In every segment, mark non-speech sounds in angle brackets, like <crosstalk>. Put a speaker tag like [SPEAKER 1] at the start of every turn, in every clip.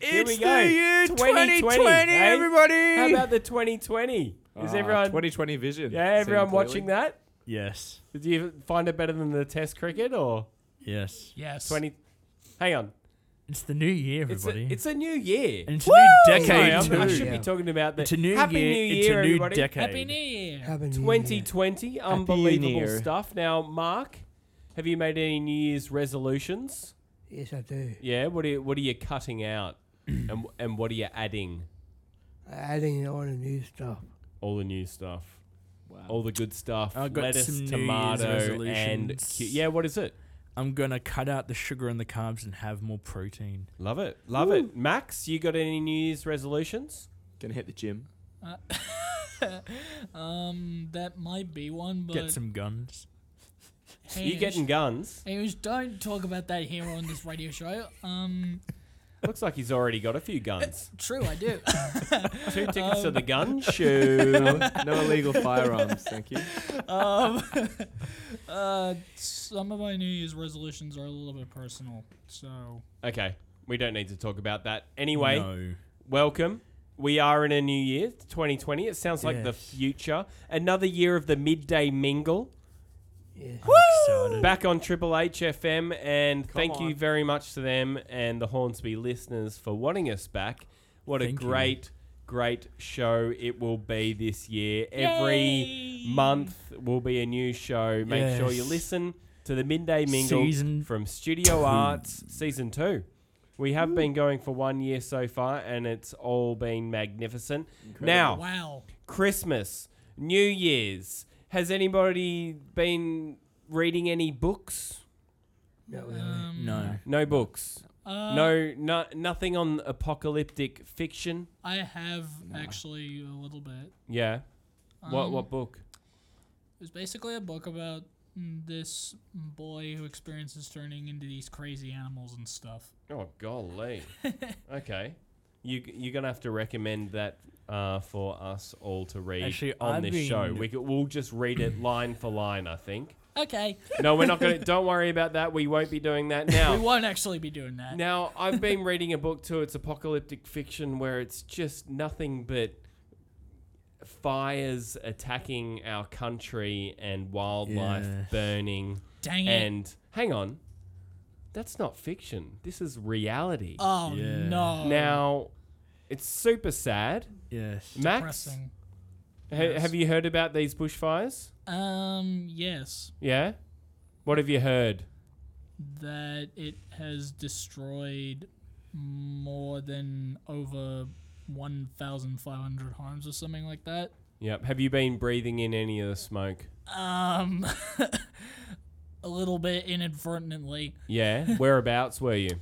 [SPEAKER 1] it's
[SPEAKER 2] we
[SPEAKER 1] the
[SPEAKER 2] go.
[SPEAKER 1] year
[SPEAKER 2] 2020,
[SPEAKER 1] 2020,
[SPEAKER 2] eh?
[SPEAKER 1] everybody.
[SPEAKER 2] How about the 2020? Is
[SPEAKER 3] Ah,
[SPEAKER 2] everyone
[SPEAKER 3] 2020 vision?
[SPEAKER 2] yeah
[SPEAKER 3] seen
[SPEAKER 2] everyone
[SPEAKER 3] clearly.
[SPEAKER 2] watching that?
[SPEAKER 1] yes,
[SPEAKER 2] Do you find it better than the Test cricket or
[SPEAKER 1] yes.
[SPEAKER 4] Yes.
[SPEAKER 2] 20? Hang on,
[SPEAKER 4] It's the new year,
[SPEAKER 2] it's a,
[SPEAKER 4] everybody.
[SPEAKER 2] it's a new year.
[SPEAKER 1] And it's a new
[SPEAKER 2] Sorry,
[SPEAKER 1] decade
[SPEAKER 2] I'm- I
[SPEAKER 1] too.
[SPEAKER 2] should be
[SPEAKER 4] Yeah.
[SPEAKER 2] talking about that.
[SPEAKER 1] It's a new
[SPEAKER 2] Happy
[SPEAKER 1] year.
[SPEAKER 2] New Year,
[SPEAKER 1] it's a new
[SPEAKER 2] everybody.
[SPEAKER 1] decade.
[SPEAKER 4] Happy New Year.
[SPEAKER 2] 2020,
[SPEAKER 3] New
[SPEAKER 2] unbelievable
[SPEAKER 3] Year.
[SPEAKER 2] stuff. Now, Mark, have you made any New Year's resolutions?
[SPEAKER 5] Yes, I do.
[SPEAKER 2] Yeah. What are you, what are you cutting out, <clears throat> and and what are you adding?
[SPEAKER 5] Adding on the new stuff.
[SPEAKER 2] All the new stuff,
[SPEAKER 3] Wow.
[SPEAKER 2] all the good stuff.
[SPEAKER 4] I've got
[SPEAKER 2] lettuce,
[SPEAKER 4] some New Year's
[SPEAKER 2] tomato, and
[SPEAKER 4] resolutions.
[SPEAKER 2] cu- yeah. What is it?
[SPEAKER 4] I'm gonna cut out the sugar and the carbs and have more protein.
[SPEAKER 2] Love it, love it. Max, you got any New Year's resolutions?
[SPEAKER 3] Gonna hit the gym.
[SPEAKER 6] Um, that might be one, but
[SPEAKER 4] Get some guns.
[SPEAKER 6] hey,
[SPEAKER 2] you getting guns?
[SPEAKER 6] Anyways, don't talk about that here on this radio show. Um,
[SPEAKER 2] <laughs> Looks like he's already got a
[SPEAKER 4] <laughs>
[SPEAKER 2] few guns.
[SPEAKER 6] true, I
[SPEAKER 2] <laughs>
[SPEAKER 6] do.
[SPEAKER 2] Two tickets
[SPEAKER 4] Um,
[SPEAKER 2] to the gun show.
[SPEAKER 3] no illegal firearms, thank you.
[SPEAKER 6] um, <laughs> uh, some of my New Year's resolutions are a little bit personal, so
[SPEAKER 2] Okay, we don't need to talk about that anyway.
[SPEAKER 4] No.
[SPEAKER 2] Welcome. We are in a new year, 2020. It sounds like the
[SPEAKER 4] Yes.
[SPEAKER 2] future. Another year of the midday mingle.
[SPEAKER 5] Yes.
[SPEAKER 4] Excited.
[SPEAKER 2] Back on Triple H FM, and thank
[SPEAKER 3] on.
[SPEAKER 2] you very much to them and the Hornsby listeners for wanting us back. What
[SPEAKER 4] Thank
[SPEAKER 2] a
[SPEAKER 4] you.
[SPEAKER 2] great, great show it will be this year. Every month will be a new show. Make sure you
[SPEAKER 4] Yes.
[SPEAKER 2] listen to the midday mingle
[SPEAKER 4] Season
[SPEAKER 2] from Studio Arts Season 2. We have been going for one year so far, and it's all been magnificent. Now,
[SPEAKER 6] wow.
[SPEAKER 2] Christmas, New Year's. Has anybody been reading any books?
[SPEAKER 5] Not really.
[SPEAKER 6] Um,
[SPEAKER 4] No.
[SPEAKER 2] No books.
[SPEAKER 6] Uh,
[SPEAKER 2] No, no, nothing on apocalyptic fiction.
[SPEAKER 6] I have actually a little bit.
[SPEAKER 2] Yeah. what
[SPEAKER 6] Um,
[SPEAKER 2] what book?
[SPEAKER 6] It was basically a book about mm, this boy who experiences turning into these crazy animals and stuff.
[SPEAKER 2] Oh golly.
[SPEAKER 6] <laughs>
[SPEAKER 2] okay. You you're gonna have to recommend that uh, for us all to read
[SPEAKER 4] Actually,
[SPEAKER 2] on
[SPEAKER 4] I've
[SPEAKER 2] this show.
[SPEAKER 4] been-
[SPEAKER 2] We could, we'll just
[SPEAKER 6] <coughs>
[SPEAKER 2] read it line for line. I think.
[SPEAKER 6] Okay,
[SPEAKER 2] No, we're not gonna. don't worry about that. We won't be doing
[SPEAKER 6] <laughs>
[SPEAKER 2] that
[SPEAKER 6] we
[SPEAKER 2] now.
[SPEAKER 6] won't actually be doing that. <laughs>
[SPEAKER 2] now I've been reading a book too. It's apocalyptic fiction where it's just nothing but fires attacking our country and wildlife
[SPEAKER 4] Yes.
[SPEAKER 2] burning.
[SPEAKER 6] Dang it.
[SPEAKER 2] And hang on, that's not fiction. This is reality.
[SPEAKER 6] oh
[SPEAKER 4] Yeah.
[SPEAKER 6] no.
[SPEAKER 2] Now, it's super sad.
[SPEAKER 4] Yes.
[SPEAKER 2] Max,
[SPEAKER 6] Depressing.
[SPEAKER 2] ha- have you heard about these bushfires?
[SPEAKER 6] Um, yes,
[SPEAKER 2] Yeah. What have you heard?
[SPEAKER 6] that it has destroyed more than over 1,500 homes or something like that.
[SPEAKER 2] Yep. Have you been breathing in any of the smoke?
[SPEAKER 6] Um, <laughs> a little bit inadvertently. <laughs>
[SPEAKER 2] Yeah. Whereabouts were you?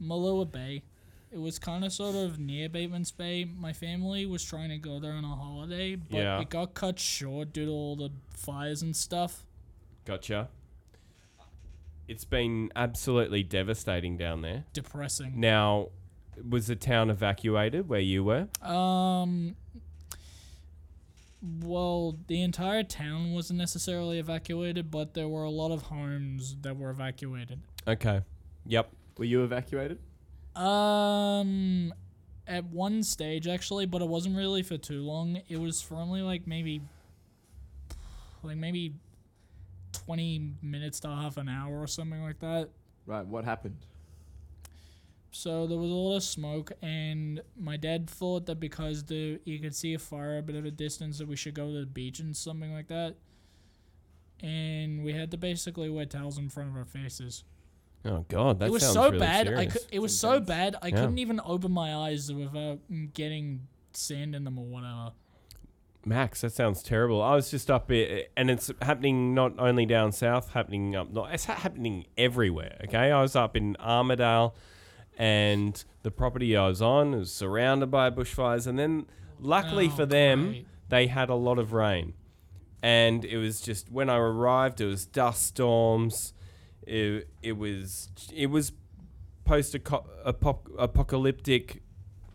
[SPEAKER 6] Malua Bay. It was kind of sort of near Bateman's Bay. My family was trying to go there on a holiday, but
[SPEAKER 2] Yeah.
[SPEAKER 6] it got cut short due to all the fires and stuff.
[SPEAKER 2] Gotcha. It's been absolutely devastating down there.
[SPEAKER 6] Depressing.
[SPEAKER 2] Now, was the town evacuated where you were?
[SPEAKER 6] Um. Well, the entire town wasn't necessarily evacuated, but there were a lot of homes that were evacuated.
[SPEAKER 2] Okay. Yep.
[SPEAKER 3] Were you evacuated?
[SPEAKER 6] Um, at one stage actually, but it wasn't really for too long. It was for only like maybe, like maybe, twenty minutes to half an hour or something like that.
[SPEAKER 3] Right, what happened?
[SPEAKER 6] So there was a lot of smoke, and my dad thought that because the you could see a fire a bit of a distance that we should go to the beach and something like that. And we had to basically wear towels in front of our faces.
[SPEAKER 2] Oh God, that
[SPEAKER 6] it was
[SPEAKER 2] sounds
[SPEAKER 6] so
[SPEAKER 2] really
[SPEAKER 6] bad. I
[SPEAKER 2] serious.
[SPEAKER 6] could, it was so
[SPEAKER 3] Intense.
[SPEAKER 6] bad. I
[SPEAKER 2] Yeah.
[SPEAKER 6] couldn't even open my eyes without mm, getting sand in them or whatever.
[SPEAKER 2] Max, that sounds terrible. I was just up here, and it's happening not only down south, happening up north. It's ha- happening everywhere. Okay, I was up in Armadale, and the property I was on was surrounded by bushfires. And then, luckily
[SPEAKER 6] Oh,
[SPEAKER 2] for them,
[SPEAKER 6] great.
[SPEAKER 2] they had a lot of rain, and it was just when I arrived, it was dust storms. It it was it was post apocalyptic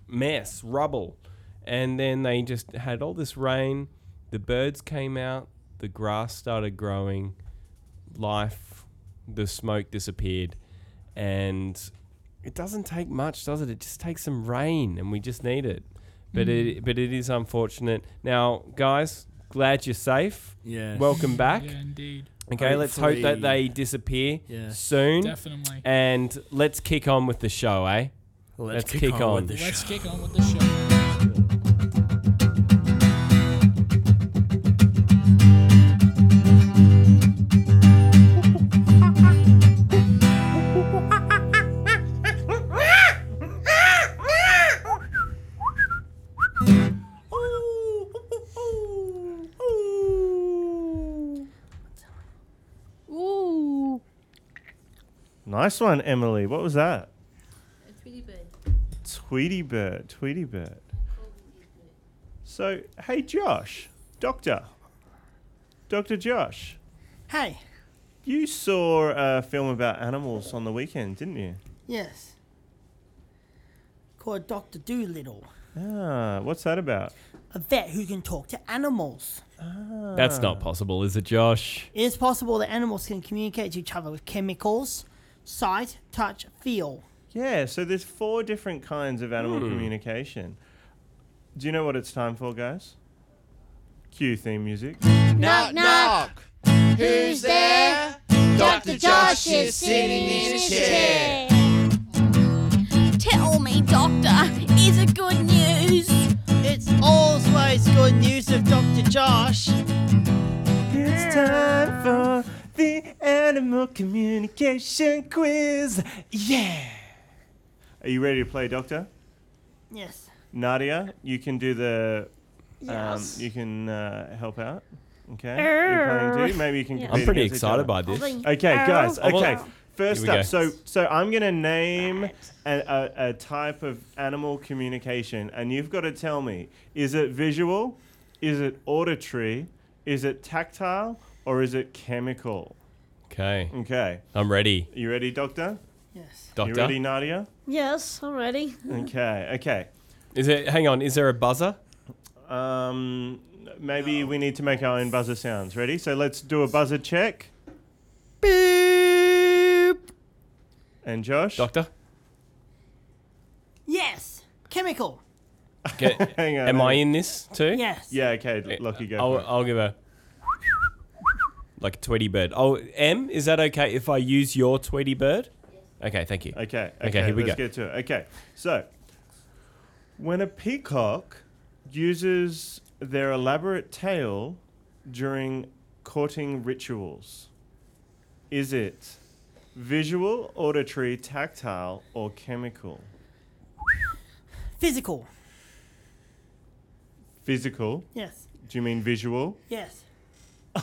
[SPEAKER 2] mess, rubble. And then they just had all this rain. The birds came out. The grass started growing. Life, the smoke disappeared. And it doesn't take much, does it? It just takes some rain, and we just need it. But it but it is unfortunate. Now, guys, glad you're safe.
[SPEAKER 4] Yeah.
[SPEAKER 2] Welcome back.
[SPEAKER 6] Yeah, indeed.
[SPEAKER 2] Okay, let's hope that they disappear
[SPEAKER 4] Yeah.
[SPEAKER 2] soon,
[SPEAKER 6] Definitely.
[SPEAKER 2] and let's kick on with the show, eh? let's kick on.
[SPEAKER 4] with the
[SPEAKER 6] Let's
[SPEAKER 4] show.
[SPEAKER 6] kick on with the show.
[SPEAKER 1] Ooh.
[SPEAKER 7] Nice one, Emily. What was that?
[SPEAKER 1] A Tweety bird.
[SPEAKER 7] Tweety Bird. Tweety Bird. So, hey, Josh. Doctor. Dr. Josh.
[SPEAKER 1] Hey.
[SPEAKER 7] You saw a film about animals on the weekend, didn't you?
[SPEAKER 1] Yes. Called Doctor Doolittle,
[SPEAKER 7] Ah, what's that about?
[SPEAKER 1] a vet who can talk to animals.
[SPEAKER 2] That's
[SPEAKER 7] Ah.
[SPEAKER 2] not possible, is it, Josh?
[SPEAKER 1] It is possible that animals can communicate to each other with chemicals, sight, touch, feel.
[SPEAKER 7] Yeah, so there's four different kinds of animal
[SPEAKER 2] Hmm.
[SPEAKER 7] communication. Do you know what it's time for, guys? Cue theme music.
[SPEAKER 8] Knock, knock. Who's there? Dr. Josh is sitting in his chair.
[SPEAKER 9] Tell me, Doctor, is it good news?
[SPEAKER 1] It's always good news of Dr. Josh.
[SPEAKER 7] It's time for the animal communication quiz. Yeah. Are you ready to play, Doctor?
[SPEAKER 1] Yes.
[SPEAKER 7] Nadia, you can do the. Um, you can uh, help out. Okay. You're playing too. Maybe you can.
[SPEAKER 1] Yeah.
[SPEAKER 2] I'm
[SPEAKER 7] compete
[SPEAKER 2] pretty
[SPEAKER 7] against each
[SPEAKER 2] excited
[SPEAKER 7] other.
[SPEAKER 2] by this.
[SPEAKER 7] Okay, guys.
[SPEAKER 2] Oh, well-
[SPEAKER 7] Okay. First
[SPEAKER 2] Here we
[SPEAKER 7] up,
[SPEAKER 2] go.
[SPEAKER 7] so so I'm gonna name a, a, a type of animal communication, and you've got to tell me: is it visual, is it auditory, is it tactile, or is it chemical?
[SPEAKER 2] Okay,
[SPEAKER 7] Okay,
[SPEAKER 2] I'm ready,
[SPEAKER 7] you ready, Doctor?
[SPEAKER 1] Yes.
[SPEAKER 7] You ready,
[SPEAKER 2] Doctor.
[SPEAKER 7] Nadia?
[SPEAKER 9] Yes, already.
[SPEAKER 7] Okay, okay.
[SPEAKER 2] Is it? Hang on, is there a buzzer?
[SPEAKER 7] Um, maybe we need to make our own buzzer sounds. Ready? So let's do a buzzer check. Beep. And Josh.
[SPEAKER 2] Doctor,
[SPEAKER 1] Yes. Chemical.
[SPEAKER 2] Get-
[SPEAKER 7] <laughs> Hang on.
[SPEAKER 2] am
[SPEAKER 7] hang
[SPEAKER 2] I
[SPEAKER 7] on.
[SPEAKER 2] in this too?
[SPEAKER 1] Yes.
[SPEAKER 7] Yeah, okay, Lucky go.
[SPEAKER 2] Eh, I'll,
[SPEAKER 7] for it.
[SPEAKER 2] I'll give a like a Tweety bird. Oh, M, is that okay if I use your Tweety bird? Okay, thank you.
[SPEAKER 7] Okay, okay,
[SPEAKER 2] Okay, here we
[SPEAKER 7] let's
[SPEAKER 2] go.
[SPEAKER 7] get to it. Okay, so when a peacock uses their elaborate tail during courting rituals, is it visual, auditory, tactile, or chemical?
[SPEAKER 1] Physical.
[SPEAKER 7] Physical?
[SPEAKER 1] Yes.
[SPEAKER 7] Do you mean visual? <laughs>
[SPEAKER 1] Yes.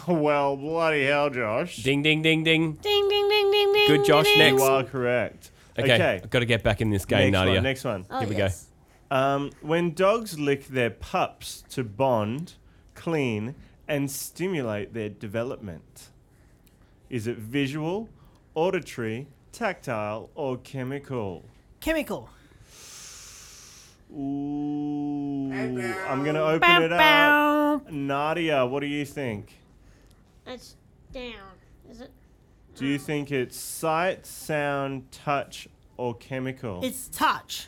[SPEAKER 7] well, bloody hell, Josh.
[SPEAKER 2] Ding, ding, ding, ding.
[SPEAKER 9] Ding, ding, ding, ding, ding.
[SPEAKER 2] Good, Josh,
[SPEAKER 9] ding,
[SPEAKER 2] next.
[SPEAKER 7] You are correct.
[SPEAKER 2] Okay, I've got to get back in this game,
[SPEAKER 7] next
[SPEAKER 2] Nadia.
[SPEAKER 7] one. Next one.
[SPEAKER 9] Oh,
[SPEAKER 2] Here we go.
[SPEAKER 9] yes.
[SPEAKER 7] Um, when dogs lick their pups to bond, clean, and stimulate their development, is it visual, auditory, tactile, or chemical?
[SPEAKER 1] Chemical.
[SPEAKER 7] Ooh, I'm gonna open it
[SPEAKER 10] Um,
[SPEAKER 7] up. Nadia, what do you think?
[SPEAKER 9] It's down. Is it?
[SPEAKER 7] Do you think it's sight, sound, touch, or chemical?
[SPEAKER 1] It's touch.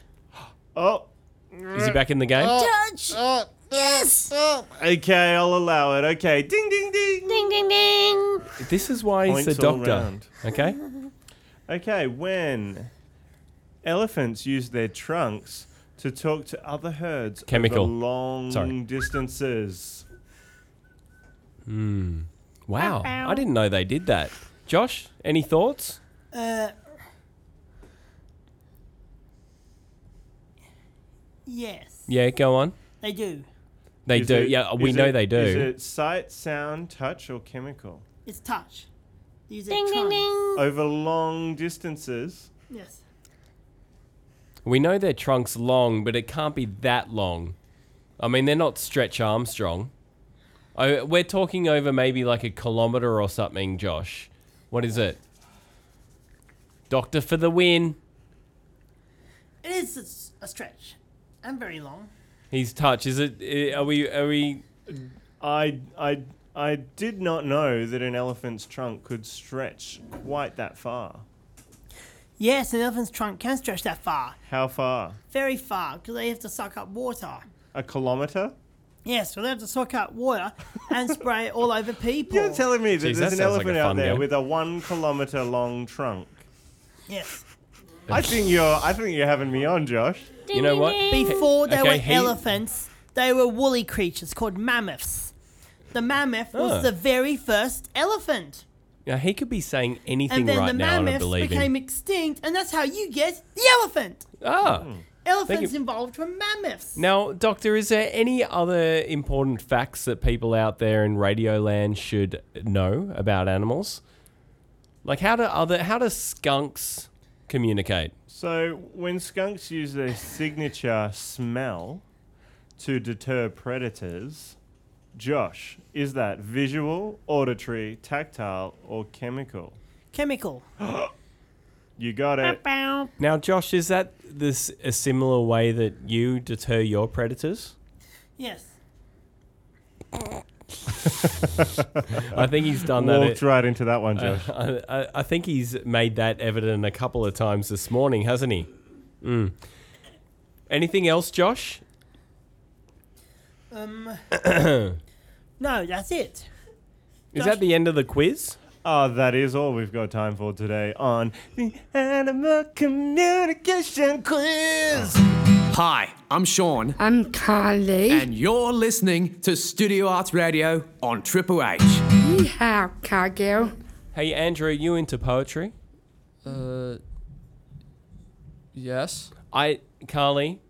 [SPEAKER 7] oh,
[SPEAKER 2] Is he back in the game?
[SPEAKER 9] Touch! yes!
[SPEAKER 7] okay, I'll allow it. Okay, ding, ding, ding.
[SPEAKER 9] Ding, ding, ding!
[SPEAKER 2] Oh. This is why he's
[SPEAKER 7] Points
[SPEAKER 2] the
[SPEAKER 7] all
[SPEAKER 2] doctor.
[SPEAKER 7] round.
[SPEAKER 9] <laughs>
[SPEAKER 2] Okay.
[SPEAKER 7] Okay, when elephants use their trunks to talk to other herds
[SPEAKER 2] Chemical.
[SPEAKER 7] over long
[SPEAKER 2] Sorry.
[SPEAKER 7] distances.
[SPEAKER 2] Wow, I didn't know they did that. Josh, any thoughts?
[SPEAKER 1] Uh. Yes.
[SPEAKER 2] Yeah, go on.
[SPEAKER 1] They do.
[SPEAKER 2] They
[SPEAKER 7] Is
[SPEAKER 2] do.
[SPEAKER 7] it-
[SPEAKER 2] yeah, we
[SPEAKER 7] is
[SPEAKER 2] know
[SPEAKER 7] it-
[SPEAKER 2] they do.
[SPEAKER 7] Is it sight, sound, touch, or chemical?
[SPEAKER 1] It's touch. Use it.
[SPEAKER 9] Ding, ding, ding!
[SPEAKER 7] Over long distances.
[SPEAKER 1] Yes.
[SPEAKER 2] We know their trunk's long, but it can't be that long. I mean, they're not Stretch Armstrong. I, we're talking over maybe like a kilometer or something, Josh. What is it? Doctor for the win.
[SPEAKER 1] It is a s- a, stretch. And very long.
[SPEAKER 2] He's touch. Is it? eh, Are we? Are we?
[SPEAKER 7] I, I, I did not know that an elephant's trunk could stretch quite that far.
[SPEAKER 1] Yes, an elephant's trunk can stretch that far.
[SPEAKER 7] How far?
[SPEAKER 1] Very far, because they have to suck up water.
[SPEAKER 7] A kilometer?
[SPEAKER 1] Yes, so they have to suck up water <laughs> and spray it all over people.
[SPEAKER 7] You're telling me that
[SPEAKER 2] Oh. Jeez,
[SPEAKER 7] there's
[SPEAKER 2] that
[SPEAKER 7] an
[SPEAKER 2] sounds like
[SPEAKER 7] elephant
[SPEAKER 2] a
[SPEAKER 7] out
[SPEAKER 2] fun
[SPEAKER 7] there
[SPEAKER 2] game.
[SPEAKER 7] with a one kilometer long trunk.
[SPEAKER 1] <laughs> yes.
[SPEAKER 7] I think you're. I think you're having me on, Josh.
[SPEAKER 2] You know what?
[SPEAKER 1] Before they
[SPEAKER 2] Okay,
[SPEAKER 1] were
[SPEAKER 2] he-
[SPEAKER 1] elephants, they were woolly creatures called mammoths. The mammoth
[SPEAKER 2] Ah.
[SPEAKER 1] was the very first elephant.
[SPEAKER 2] Now, he could be saying anything
[SPEAKER 1] and then
[SPEAKER 2] right
[SPEAKER 1] the
[SPEAKER 2] now, and I
[SPEAKER 1] mammoths
[SPEAKER 2] believe
[SPEAKER 1] became
[SPEAKER 2] him.
[SPEAKER 1] extinct, and that's how you get the elephant.
[SPEAKER 2] Ah,
[SPEAKER 1] Elephants
[SPEAKER 2] you.
[SPEAKER 1] involved were mammoths.
[SPEAKER 2] now, Doctor, is there any other important facts that people out there in Radio Land should know about animals? Like how do other how do skunks communicate?
[SPEAKER 7] So when skunks use their signature smell to deter predators, Josh, is that visual, auditory, tactile, or chemical?
[SPEAKER 1] Chemical.
[SPEAKER 7] You got
[SPEAKER 2] <laughs>
[SPEAKER 7] it.
[SPEAKER 2] Now, Josh, is that this a similar way that you deter your predators?
[SPEAKER 1] Yes.
[SPEAKER 2] I think he's done that. Uh.
[SPEAKER 7] Walked right into that one, Josh.
[SPEAKER 2] <laughs> I, I, I think he's made that evident a couple of times this morning, hasn't he? Mm. Anything else, Josh?
[SPEAKER 1] Um. no, that's it.
[SPEAKER 2] Is
[SPEAKER 1] Josh-
[SPEAKER 2] that the end of the quiz?
[SPEAKER 7] Ah, that is all we've got time for today on the Animal Communication Quiz.
[SPEAKER 10] Hi, I'm Sean,
[SPEAKER 9] I'm Carly.
[SPEAKER 10] and you're listening to Studio Arts Radio on Triple H.
[SPEAKER 9] Yeehaw, cowgirl.
[SPEAKER 2] Hey, Andrew, are you into poetry?
[SPEAKER 8] Uh, yes.
[SPEAKER 2] I, Carly,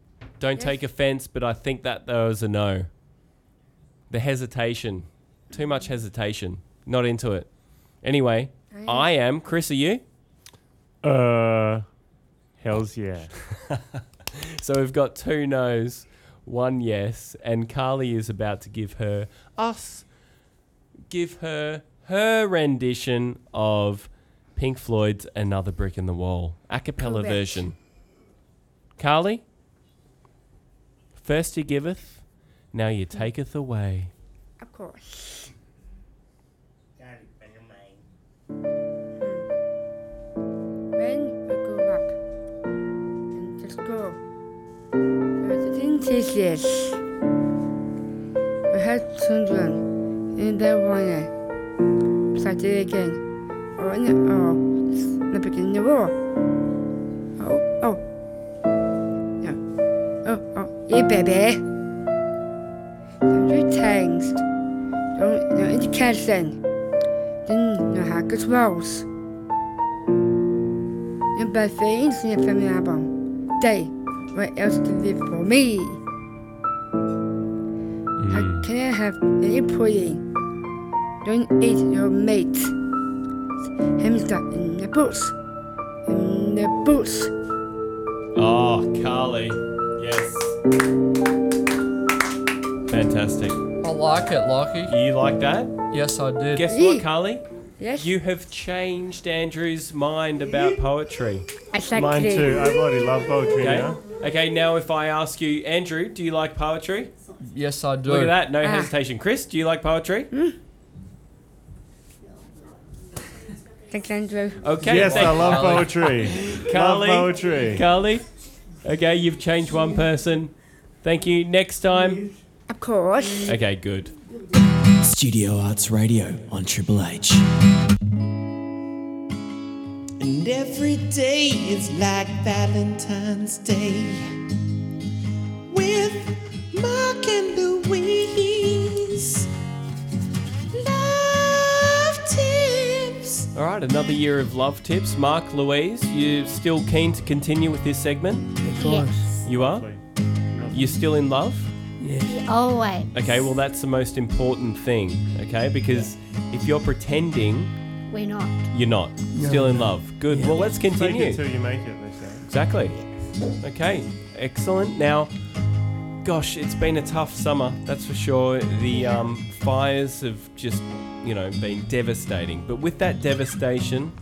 [SPEAKER 2] don't take offense, but I think that there was a no. The hesitation. Too much hesitation. Not into it. Anyway, I am. Chris, are you?
[SPEAKER 7] Uh, hell's yeah.
[SPEAKER 2] So we've got two no's, one yes, and Carly is about to give her us give her her rendition of Pink Floyd's Another Brick in the Wall, a cappella
[SPEAKER 9] Correct.
[SPEAKER 2] version. Carly, first you giveth, now you taketh away.
[SPEAKER 9] Of course. When Hmm. I grew up in the school, there was a teen teachers. We had children in the morning, Saturday again, or in the or the beginning of the war. Oh, oh. No. Oh, oh. Hey, baby. Don't do things. Don't know education. Didn't know how good roles. And by things in your family album. Day, what else to live for me?
[SPEAKER 7] Hmm.
[SPEAKER 9] How can I have any pudding? Don't eat your meat. Hamster in the boots. In the boots.
[SPEAKER 2] Oh, Carly. Yes. Fantastic.
[SPEAKER 8] I like it, Lockie.
[SPEAKER 2] You like that?
[SPEAKER 8] Yes, I did.
[SPEAKER 2] Guess
[SPEAKER 9] Yee.
[SPEAKER 2] what, Carly?
[SPEAKER 9] Yes,
[SPEAKER 2] You have changed Andrew's mind about poetry.
[SPEAKER 9] exactly.
[SPEAKER 7] Mine too. I bloody love poetry.
[SPEAKER 2] Okay.
[SPEAKER 7] now.
[SPEAKER 2] Okay. Now, if I ask you, Andrew, do you like poetry?
[SPEAKER 8] yes, I do.
[SPEAKER 2] Look at that. No
[SPEAKER 9] Ah.
[SPEAKER 2] hesitation. Chris, do you like poetry?
[SPEAKER 9] Thanks, Andrew.
[SPEAKER 2] Okay.
[SPEAKER 7] yes,
[SPEAKER 2] thank-
[SPEAKER 7] I love
[SPEAKER 8] Carly.
[SPEAKER 7] poetry. love
[SPEAKER 2] Carly.
[SPEAKER 7] poetry.
[SPEAKER 2] Carly. Okay, you've changed one person. Thank you. Next time.
[SPEAKER 9] Of course.
[SPEAKER 2] Okay. Good.
[SPEAKER 10] Studio Arts Radio on Triple H.
[SPEAKER 8] And every day is like Valentine's Day with Mark and Louise. Love tips.
[SPEAKER 2] All right. Another year of love tips. Mark, Louise, you still keen to continue with this segment?
[SPEAKER 5] Of course.
[SPEAKER 2] You are. You're still in love.
[SPEAKER 9] Always.
[SPEAKER 2] Okay. Well, that's the most important thing. Okay, because if you're pretending,
[SPEAKER 9] We're not.
[SPEAKER 2] you're not. Still in love. Good. Well, let's
[SPEAKER 7] Take
[SPEAKER 2] continue.
[SPEAKER 7] it till you make it, they say.
[SPEAKER 2] Exactly. Okay, excellent. Now, gosh, it's been a tough summer, that's for sure. The um, fires have just, you know, been devastating. But with that devastation,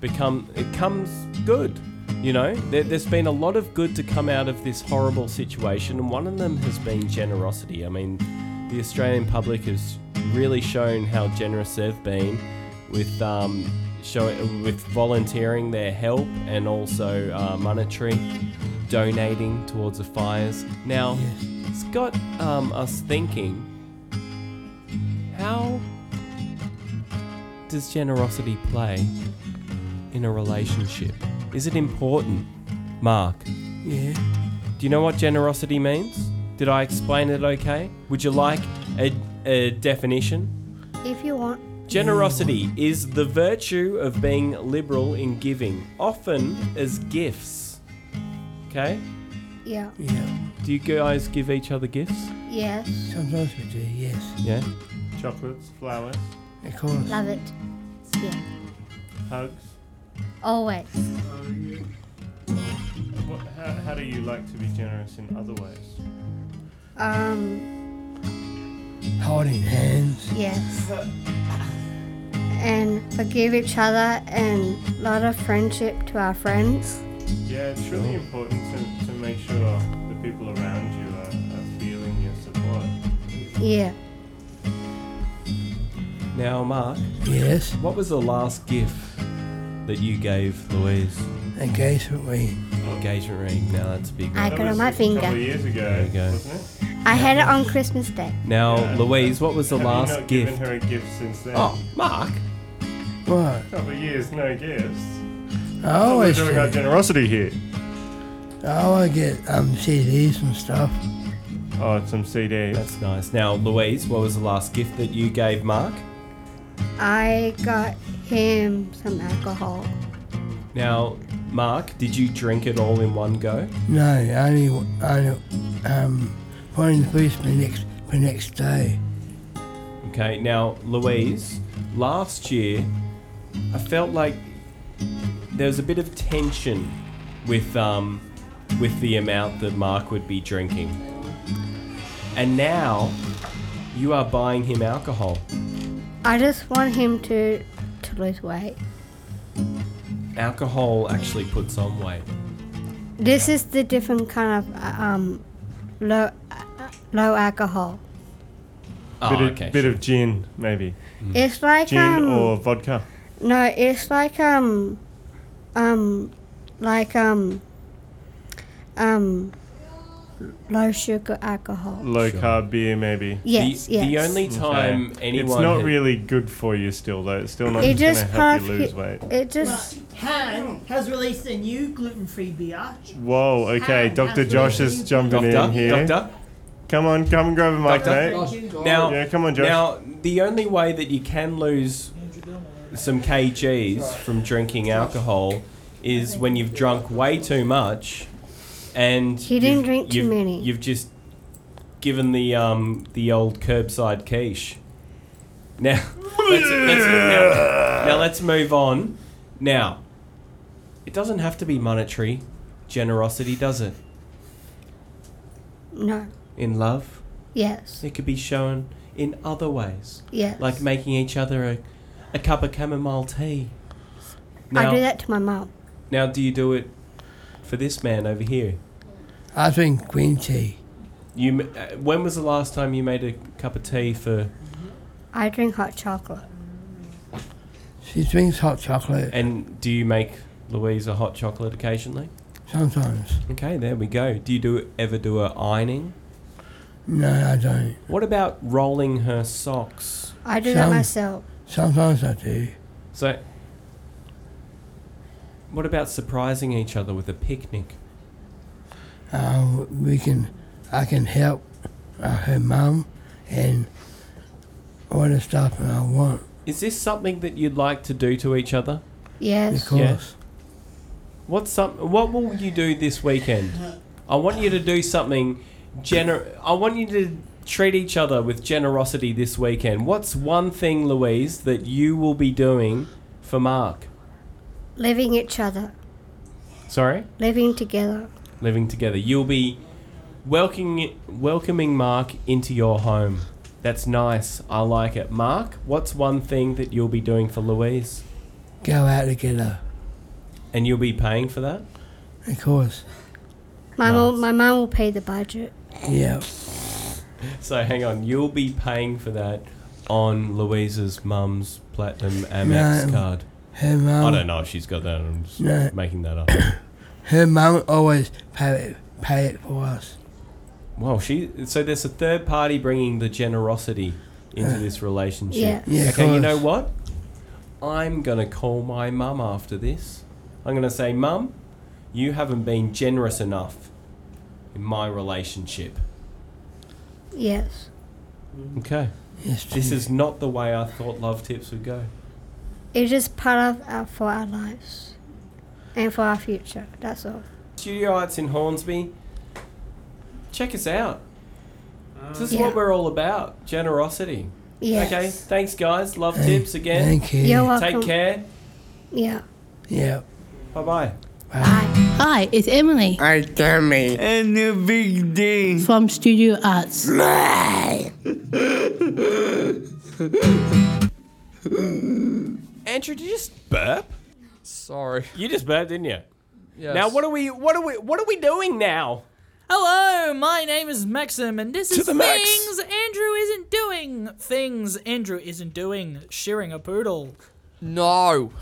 [SPEAKER 2] become it comes good. You know, there, there's been a lot of good to come out of this horrible situation, and one of them has been generosity. I mean, the Australian public has really shown how generous they've been with um, showing with volunteering their help and also uh, monetary donating towards the fires. Now, it's got um, us thinking: How does generosity play in a relationship? Is it important, Mark?
[SPEAKER 5] Yeah.
[SPEAKER 2] Do you know what generosity means? Did I explain it okay? Would you like a, a definition?
[SPEAKER 11] If you want.
[SPEAKER 2] Generosity is the virtue of being liberal in giving, often as gifts. Okay?
[SPEAKER 11] Yeah.
[SPEAKER 2] Do you guys give each other gifts?
[SPEAKER 11] Yes.
[SPEAKER 5] Sometimes we do, yes.
[SPEAKER 2] Yeah?
[SPEAKER 7] Chocolates, flowers,
[SPEAKER 5] Of course.
[SPEAKER 11] Love it. Yeah.
[SPEAKER 7] hugs.
[SPEAKER 11] Always.
[SPEAKER 7] What, how, how do you like to be generous in other ways?
[SPEAKER 11] Um.
[SPEAKER 5] Holding hands.
[SPEAKER 11] Yes. And forgive each other and a lot of friendship to our friends.
[SPEAKER 7] Yeah, it's really important to, to make sure the people around you are, are feeling your support.
[SPEAKER 11] Yeah.
[SPEAKER 2] Now, Mark.
[SPEAKER 5] Yes?
[SPEAKER 2] What was the last gift that you gave Louise?
[SPEAKER 5] Engagement ring.
[SPEAKER 2] Engagement ring. Now, that's a big
[SPEAKER 11] I
[SPEAKER 2] one.
[SPEAKER 11] got it on my finger.
[SPEAKER 7] couple of years ago,
[SPEAKER 2] There you go.
[SPEAKER 7] wasn't it?
[SPEAKER 11] I had it on Christmas Day.
[SPEAKER 2] Now,
[SPEAKER 7] Yeah.
[SPEAKER 2] Louise, what was the
[SPEAKER 7] Have
[SPEAKER 2] last
[SPEAKER 7] you not
[SPEAKER 2] gift?
[SPEAKER 7] given her a gift since then?
[SPEAKER 2] Oh, Mark.
[SPEAKER 5] What?
[SPEAKER 7] couple of years, no gifts.
[SPEAKER 5] I
[SPEAKER 2] Oh,
[SPEAKER 5] always
[SPEAKER 7] We're talking about
[SPEAKER 5] get,
[SPEAKER 7] generosity here.
[SPEAKER 5] I always get um, CDs and stuff.
[SPEAKER 7] Oh, some CDs.
[SPEAKER 2] That's nice. Now, Louise, what was the last gift that you gave Mark?
[SPEAKER 11] I got him some alcohol.
[SPEAKER 2] Now, Mark, did you drink it all in one go?
[SPEAKER 5] No, I only, I only um, wanted the police for the next, for the next day.
[SPEAKER 2] Okay, now Louise, last year I felt like there was a bit of tension with um with the amount that Mark would be drinking. And now you are buying him alcohol.
[SPEAKER 11] I just want him to to lose weight.
[SPEAKER 2] Alcohol actually puts on weight.
[SPEAKER 11] This is the different kind of uh, um low low alcohol.
[SPEAKER 2] Oh,
[SPEAKER 7] bit of,
[SPEAKER 2] okay.
[SPEAKER 7] bit of gin, maybe.
[SPEAKER 11] It's like
[SPEAKER 7] Mm. Gin
[SPEAKER 11] um
[SPEAKER 7] or vodka.
[SPEAKER 11] no, it's like um um like um um low sugar alcohol.
[SPEAKER 7] Low carb beer, maybe.
[SPEAKER 11] Yes,
[SPEAKER 2] the,
[SPEAKER 11] yes.
[SPEAKER 2] the only time
[SPEAKER 7] Okay.
[SPEAKER 2] anyone
[SPEAKER 7] It's not
[SPEAKER 2] had-
[SPEAKER 7] really good for you still, though. It's still not
[SPEAKER 11] It
[SPEAKER 7] going to
[SPEAKER 11] just
[SPEAKER 7] help
[SPEAKER 11] kind
[SPEAKER 7] you
[SPEAKER 11] of
[SPEAKER 7] lose
[SPEAKER 11] hit-
[SPEAKER 7] weight.
[SPEAKER 11] it just
[SPEAKER 1] Han has released a new gluten-free beer.
[SPEAKER 7] Whoa, okay.
[SPEAKER 1] Ah,
[SPEAKER 7] Dr.
[SPEAKER 1] that's
[SPEAKER 7] Josh
[SPEAKER 1] what
[SPEAKER 7] is
[SPEAKER 1] you-
[SPEAKER 7] jumping in
[SPEAKER 2] Doctor,
[SPEAKER 7] here.
[SPEAKER 2] doctor.
[SPEAKER 7] Come on, come and grab a mic,
[SPEAKER 2] Doctor?
[SPEAKER 7] mate.
[SPEAKER 2] Now,
[SPEAKER 7] Yeah, come on, Josh.
[SPEAKER 2] Now, the only way that you can lose some kgs from drinking alcohol is when you've drunk way too much, and
[SPEAKER 11] He didn't
[SPEAKER 2] you've-
[SPEAKER 11] drink too
[SPEAKER 2] you've-
[SPEAKER 11] many.
[SPEAKER 2] You've just given the um the old curbside quiche. Now, <laughs> let's, let's, now, now let's move on. Now, it doesn't have to be monetary generosity, does it?
[SPEAKER 11] no.
[SPEAKER 2] In love,
[SPEAKER 11] Yes.
[SPEAKER 2] it could be shown in other ways.
[SPEAKER 11] Yes.
[SPEAKER 2] like making each other a, a cup of chamomile tea.
[SPEAKER 11] I
[SPEAKER 2] Now,
[SPEAKER 11] do that to my mum.
[SPEAKER 2] now, do you do it for this man over here?
[SPEAKER 5] I drink green tea.
[SPEAKER 2] You, m- uh, when was the last time you made a cup of tea for?
[SPEAKER 11] I drink hot chocolate.
[SPEAKER 5] She drinks hot chocolate
[SPEAKER 2] And do you make Louise a hot chocolate occasionally?
[SPEAKER 5] sometimes.
[SPEAKER 2] Okay, there we go. Do you do ever do a ironing?
[SPEAKER 5] No, I don't.
[SPEAKER 2] What about rolling her socks?
[SPEAKER 11] I do that
[SPEAKER 5] Some-
[SPEAKER 11] myself.
[SPEAKER 5] Sometimes I do.
[SPEAKER 2] So, what about surprising each other with a picnic?
[SPEAKER 5] Um, we can, I can help uh, her mum and all the stuff that I want,
[SPEAKER 2] Is this something that you'd like to do to each other?
[SPEAKER 5] of
[SPEAKER 11] Yes.
[SPEAKER 5] course.
[SPEAKER 2] What's some, What will you do this weekend? I want you to do something. Gener- I want you to treat each other with generosity this weekend. What's one thing, Louise, that you will be doing for Mark?
[SPEAKER 11] Living each other.
[SPEAKER 2] Sorry,
[SPEAKER 11] Living together.
[SPEAKER 2] living together. You'll be welcoming welcoming Mark into your home. That's nice. I like it. Mark, what's one thing that you'll be doing for Louise?
[SPEAKER 5] Go out together,
[SPEAKER 2] And you'll be paying for that?
[SPEAKER 5] of course.
[SPEAKER 11] My mum,
[SPEAKER 2] Nice.
[SPEAKER 11] my mum will pay the budget.
[SPEAKER 5] Yeah,
[SPEAKER 2] So hang on, you'll be paying for that on Louise's mum's platinum
[SPEAKER 5] No.
[SPEAKER 2] Amex card.
[SPEAKER 5] Her mum.
[SPEAKER 2] I don't know if she's got that. I'm just
[SPEAKER 5] No.
[SPEAKER 2] making that up. <coughs>
[SPEAKER 5] Her mum always pay it, pay it for us.
[SPEAKER 2] Wow, she. So there's a third party bringing the generosity into
[SPEAKER 5] Yeah.
[SPEAKER 2] this relationship.
[SPEAKER 5] Yeah. Uh, Yeah, of
[SPEAKER 2] okay, you
[SPEAKER 5] course.
[SPEAKER 2] know what? I'm gonna call my mum after this. I'm gonna say, Mum, you haven't been generous enough in my relationship.
[SPEAKER 11] Yes.
[SPEAKER 2] Okay.
[SPEAKER 5] Yes,
[SPEAKER 2] this is not the way I thought love tips would go.
[SPEAKER 11] It's just part of our, for our lives and for our future. That's all.
[SPEAKER 2] Studio Arts in Hornsby. Check us out. This is
[SPEAKER 11] Yeah.
[SPEAKER 2] what we're all about generosity.
[SPEAKER 11] Yes.
[SPEAKER 2] Okay, thanks, guys. Love
[SPEAKER 5] Thank-
[SPEAKER 2] tips again.
[SPEAKER 5] thank you. You're
[SPEAKER 2] Take
[SPEAKER 11] welcome.
[SPEAKER 2] care.
[SPEAKER 11] Yeah.
[SPEAKER 5] Yeah.
[SPEAKER 2] Bye bye.
[SPEAKER 12] Hi, it's Emily.
[SPEAKER 13] I tell me. And the big D.
[SPEAKER 12] From Studio Arts.
[SPEAKER 2] Andrew, did you just burp?
[SPEAKER 13] Sorry.
[SPEAKER 2] You just burped, didn't you?
[SPEAKER 13] Yes.
[SPEAKER 2] Now what are we? What are we? What are we doing now?
[SPEAKER 6] Hello, my name is Maxim, and this
[SPEAKER 2] To
[SPEAKER 6] is
[SPEAKER 2] the
[SPEAKER 6] things
[SPEAKER 2] max.
[SPEAKER 6] Andrew isn't doing. Things Andrew isn't doing. Shearing a poodle.
[SPEAKER 13] No.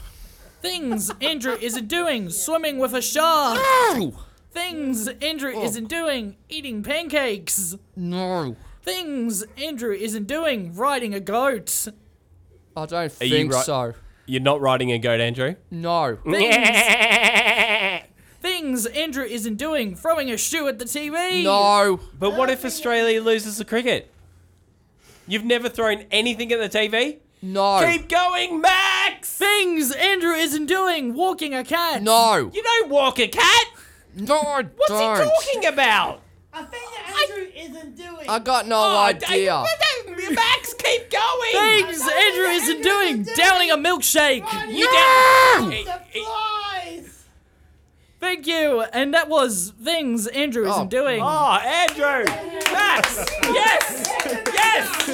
[SPEAKER 6] Things Andrew isn't doing. Swimming with a shark.
[SPEAKER 13] No.
[SPEAKER 6] Things Andrew isn't doing. Eating pancakes.
[SPEAKER 13] No.
[SPEAKER 6] Things Andrew isn't doing. Riding a goat.
[SPEAKER 13] I don't
[SPEAKER 2] Are you
[SPEAKER 13] think
[SPEAKER 2] ri-
[SPEAKER 13] so.
[SPEAKER 2] You're not riding a goat, Andrew.
[SPEAKER 13] No.
[SPEAKER 6] Things, things Andrew isn't doing. Throwing a shoe at the TV.
[SPEAKER 13] No.
[SPEAKER 2] But what if Australia loses the cricket? You've never thrown anything at the TV.
[SPEAKER 3] Oh.
[SPEAKER 13] No.
[SPEAKER 2] Keep going, Max.
[SPEAKER 6] Things Andrew isn't doing. Walking a cat.
[SPEAKER 13] No.
[SPEAKER 2] You don't walk a cat.
[SPEAKER 13] No, I
[SPEAKER 2] What's
[SPEAKER 13] don't.
[SPEAKER 2] he talking about?
[SPEAKER 1] I think that Andrew isn't doing.
[SPEAKER 13] I got no
[SPEAKER 2] Oh, d-
[SPEAKER 13] idea.
[SPEAKER 2] Max, keep going.
[SPEAKER 6] Things Andrew isn't doing. Downing a milkshake.
[SPEAKER 2] You don't.
[SPEAKER 6] Thank you. And that was things Andrew isn't doing.
[SPEAKER 2] Oh, Andrew! Max! Yes! Yes!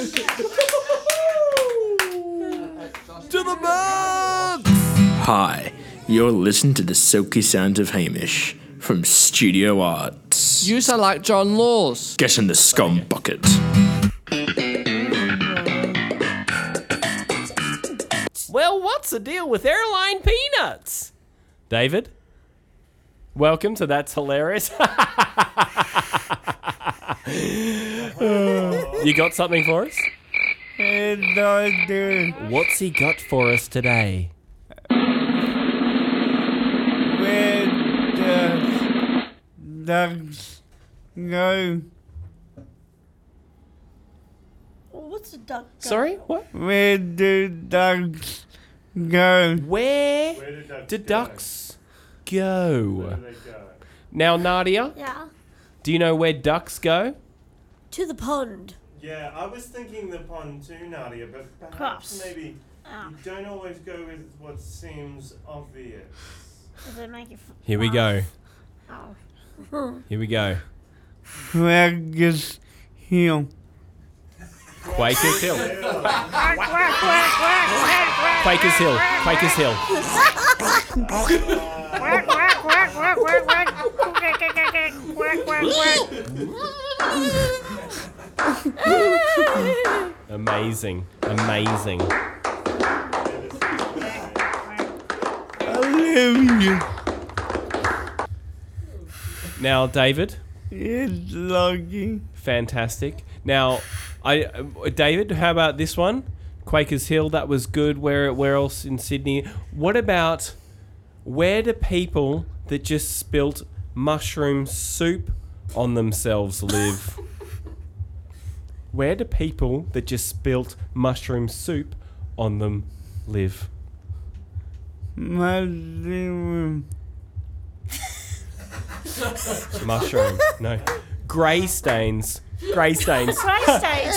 [SPEAKER 13] to the max.
[SPEAKER 10] Hi, you're listening to the silky sounds of Hamish from Studio Arts.
[SPEAKER 13] You sound like John Laws.
[SPEAKER 10] Get in the scum bucket.
[SPEAKER 2] Well, what's the deal with airline peanuts? David? Welcome to That's Hilarious. <laughs> you got something for us?
[SPEAKER 13] I do.
[SPEAKER 2] What's he got for us today?
[SPEAKER 13] Where
[SPEAKER 14] does dogs go?
[SPEAKER 1] What's a duck?
[SPEAKER 2] Sorry? What?
[SPEAKER 14] Where do dogs go?
[SPEAKER 2] Where, do ducks go? Now, Nadia?
[SPEAKER 7] Yeah.
[SPEAKER 2] Do you know where ducks go?
[SPEAKER 12] To the pond.
[SPEAKER 7] Yeah, I was thinking the pond too, Nadia, but perhaps
[SPEAKER 12] Cross.
[SPEAKER 7] maybe
[SPEAKER 11] Ah.
[SPEAKER 7] you don't always go with what seems obvious.
[SPEAKER 12] Does it make it
[SPEAKER 2] Here we go.
[SPEAKER 12] Oh.
[SPEAKER 2] Here we go.
[SPEAKER 14] Quackers heel.
[SPEAKER 2] Quakers Hill. Quakers Hill. Quakers Hill. Amazing. Amazing.
[SPEAKER 14] I love you.
[SPEAKER 2] Now, David,
[SPEAKER 14] It's logging.
[SPEAKER 2] fantastic. Now, I, uh, David, how about this one? Quakers Hill, that was good. Where, where else in Sydney? What about where do people that just spilt mushroom soup on themselves live? where do people that just spilt mushroom soup on them live?
[SPEAKER 14] Mushroom.
[SPEAKER 2] Mushroom. No. Grey stains. Grey stains. <laughs> Grey stains.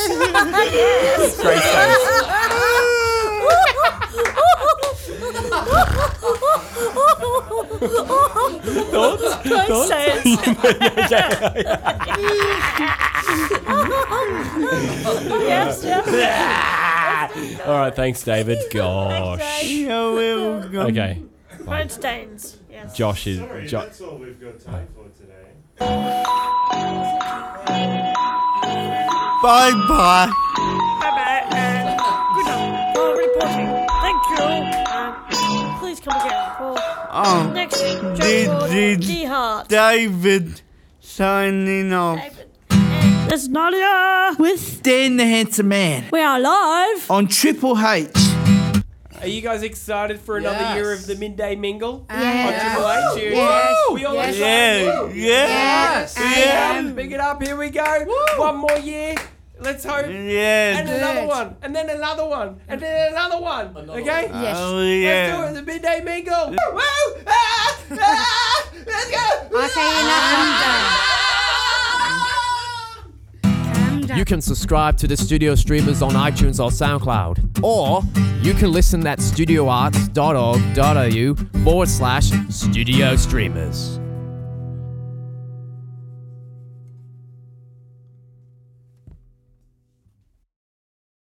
[SPEAKER 2] Thoughts?
[SPEAKER 1] <laughs>
[SPEAKER 2] Thoughts?
[SPEAKER 12] yes,
[SPEAKER 2] All right, thanks, David. Gosh.
[SPEAKER 14] You're welcome.
[SPEAKER 2] Okay.
[SPEAKER 12] Red stains. Yes.
[SPEAKER 2] Josh is.
[SPEAKER 7] Sorry,
[SPEAKER 2] Jo-
[SPEAKER 7] that's all we've got time for today.
[SPEAKER 14] Bye bye.
[SPEAKER 12] Bye bye. Good night. For reporting. Thank you. Um,
[SPEAKER 14] Oh,
[SPEAKER 12] Next week, John Gordon,
[SPEAKER 14] this
[SPEAKER 12] D.
[SPEAKER 14] is
[SPEAKER 12] Hart.
[SPEAKER 14] David signing off.
[SPEAKER 12] It's Nadia
[SPEAKER 13] with Dan the Handsome Man.
[SPEAKER 12] We are live
[SPEAKER 13] on Triple H.
[SPEAKER 2] Are you guys excited for another year of the midday mingle?
[SPEAKER 13] Uh, Yes.
[SPEAKER 2] On Triple H.
[SPEAKER 13] Yes.
[SPEAKER 2] Woo! We all
[SPEAKER 13] Yes.
[SPEAKER 2] excited.
[SPEAKER 13] Yeah. Yes.
[SPEAKER 2] Big it up, Big it up. Here we go. One more year. Let's hope.
[SPEAKER 13] Yes.
[SPEAKER 2] And another
[SPEAKER 13] Good.
[SPEAKER 2] one. And then another one. And then another one. okay?
[SPEAKER 13] one. Yes. Oh, yeah.
[SPEAKER 2] Let's do it. The midday mingle. Woo! Woo! Ah! Let's go. Ah!
[SPEAKER 11] I'll say enough.
[SPEAKER 15] You can subscribe to the studio streamers on iTunes or SoundCloud, or you can listen at studioarts.org.au forward slash studio streamers.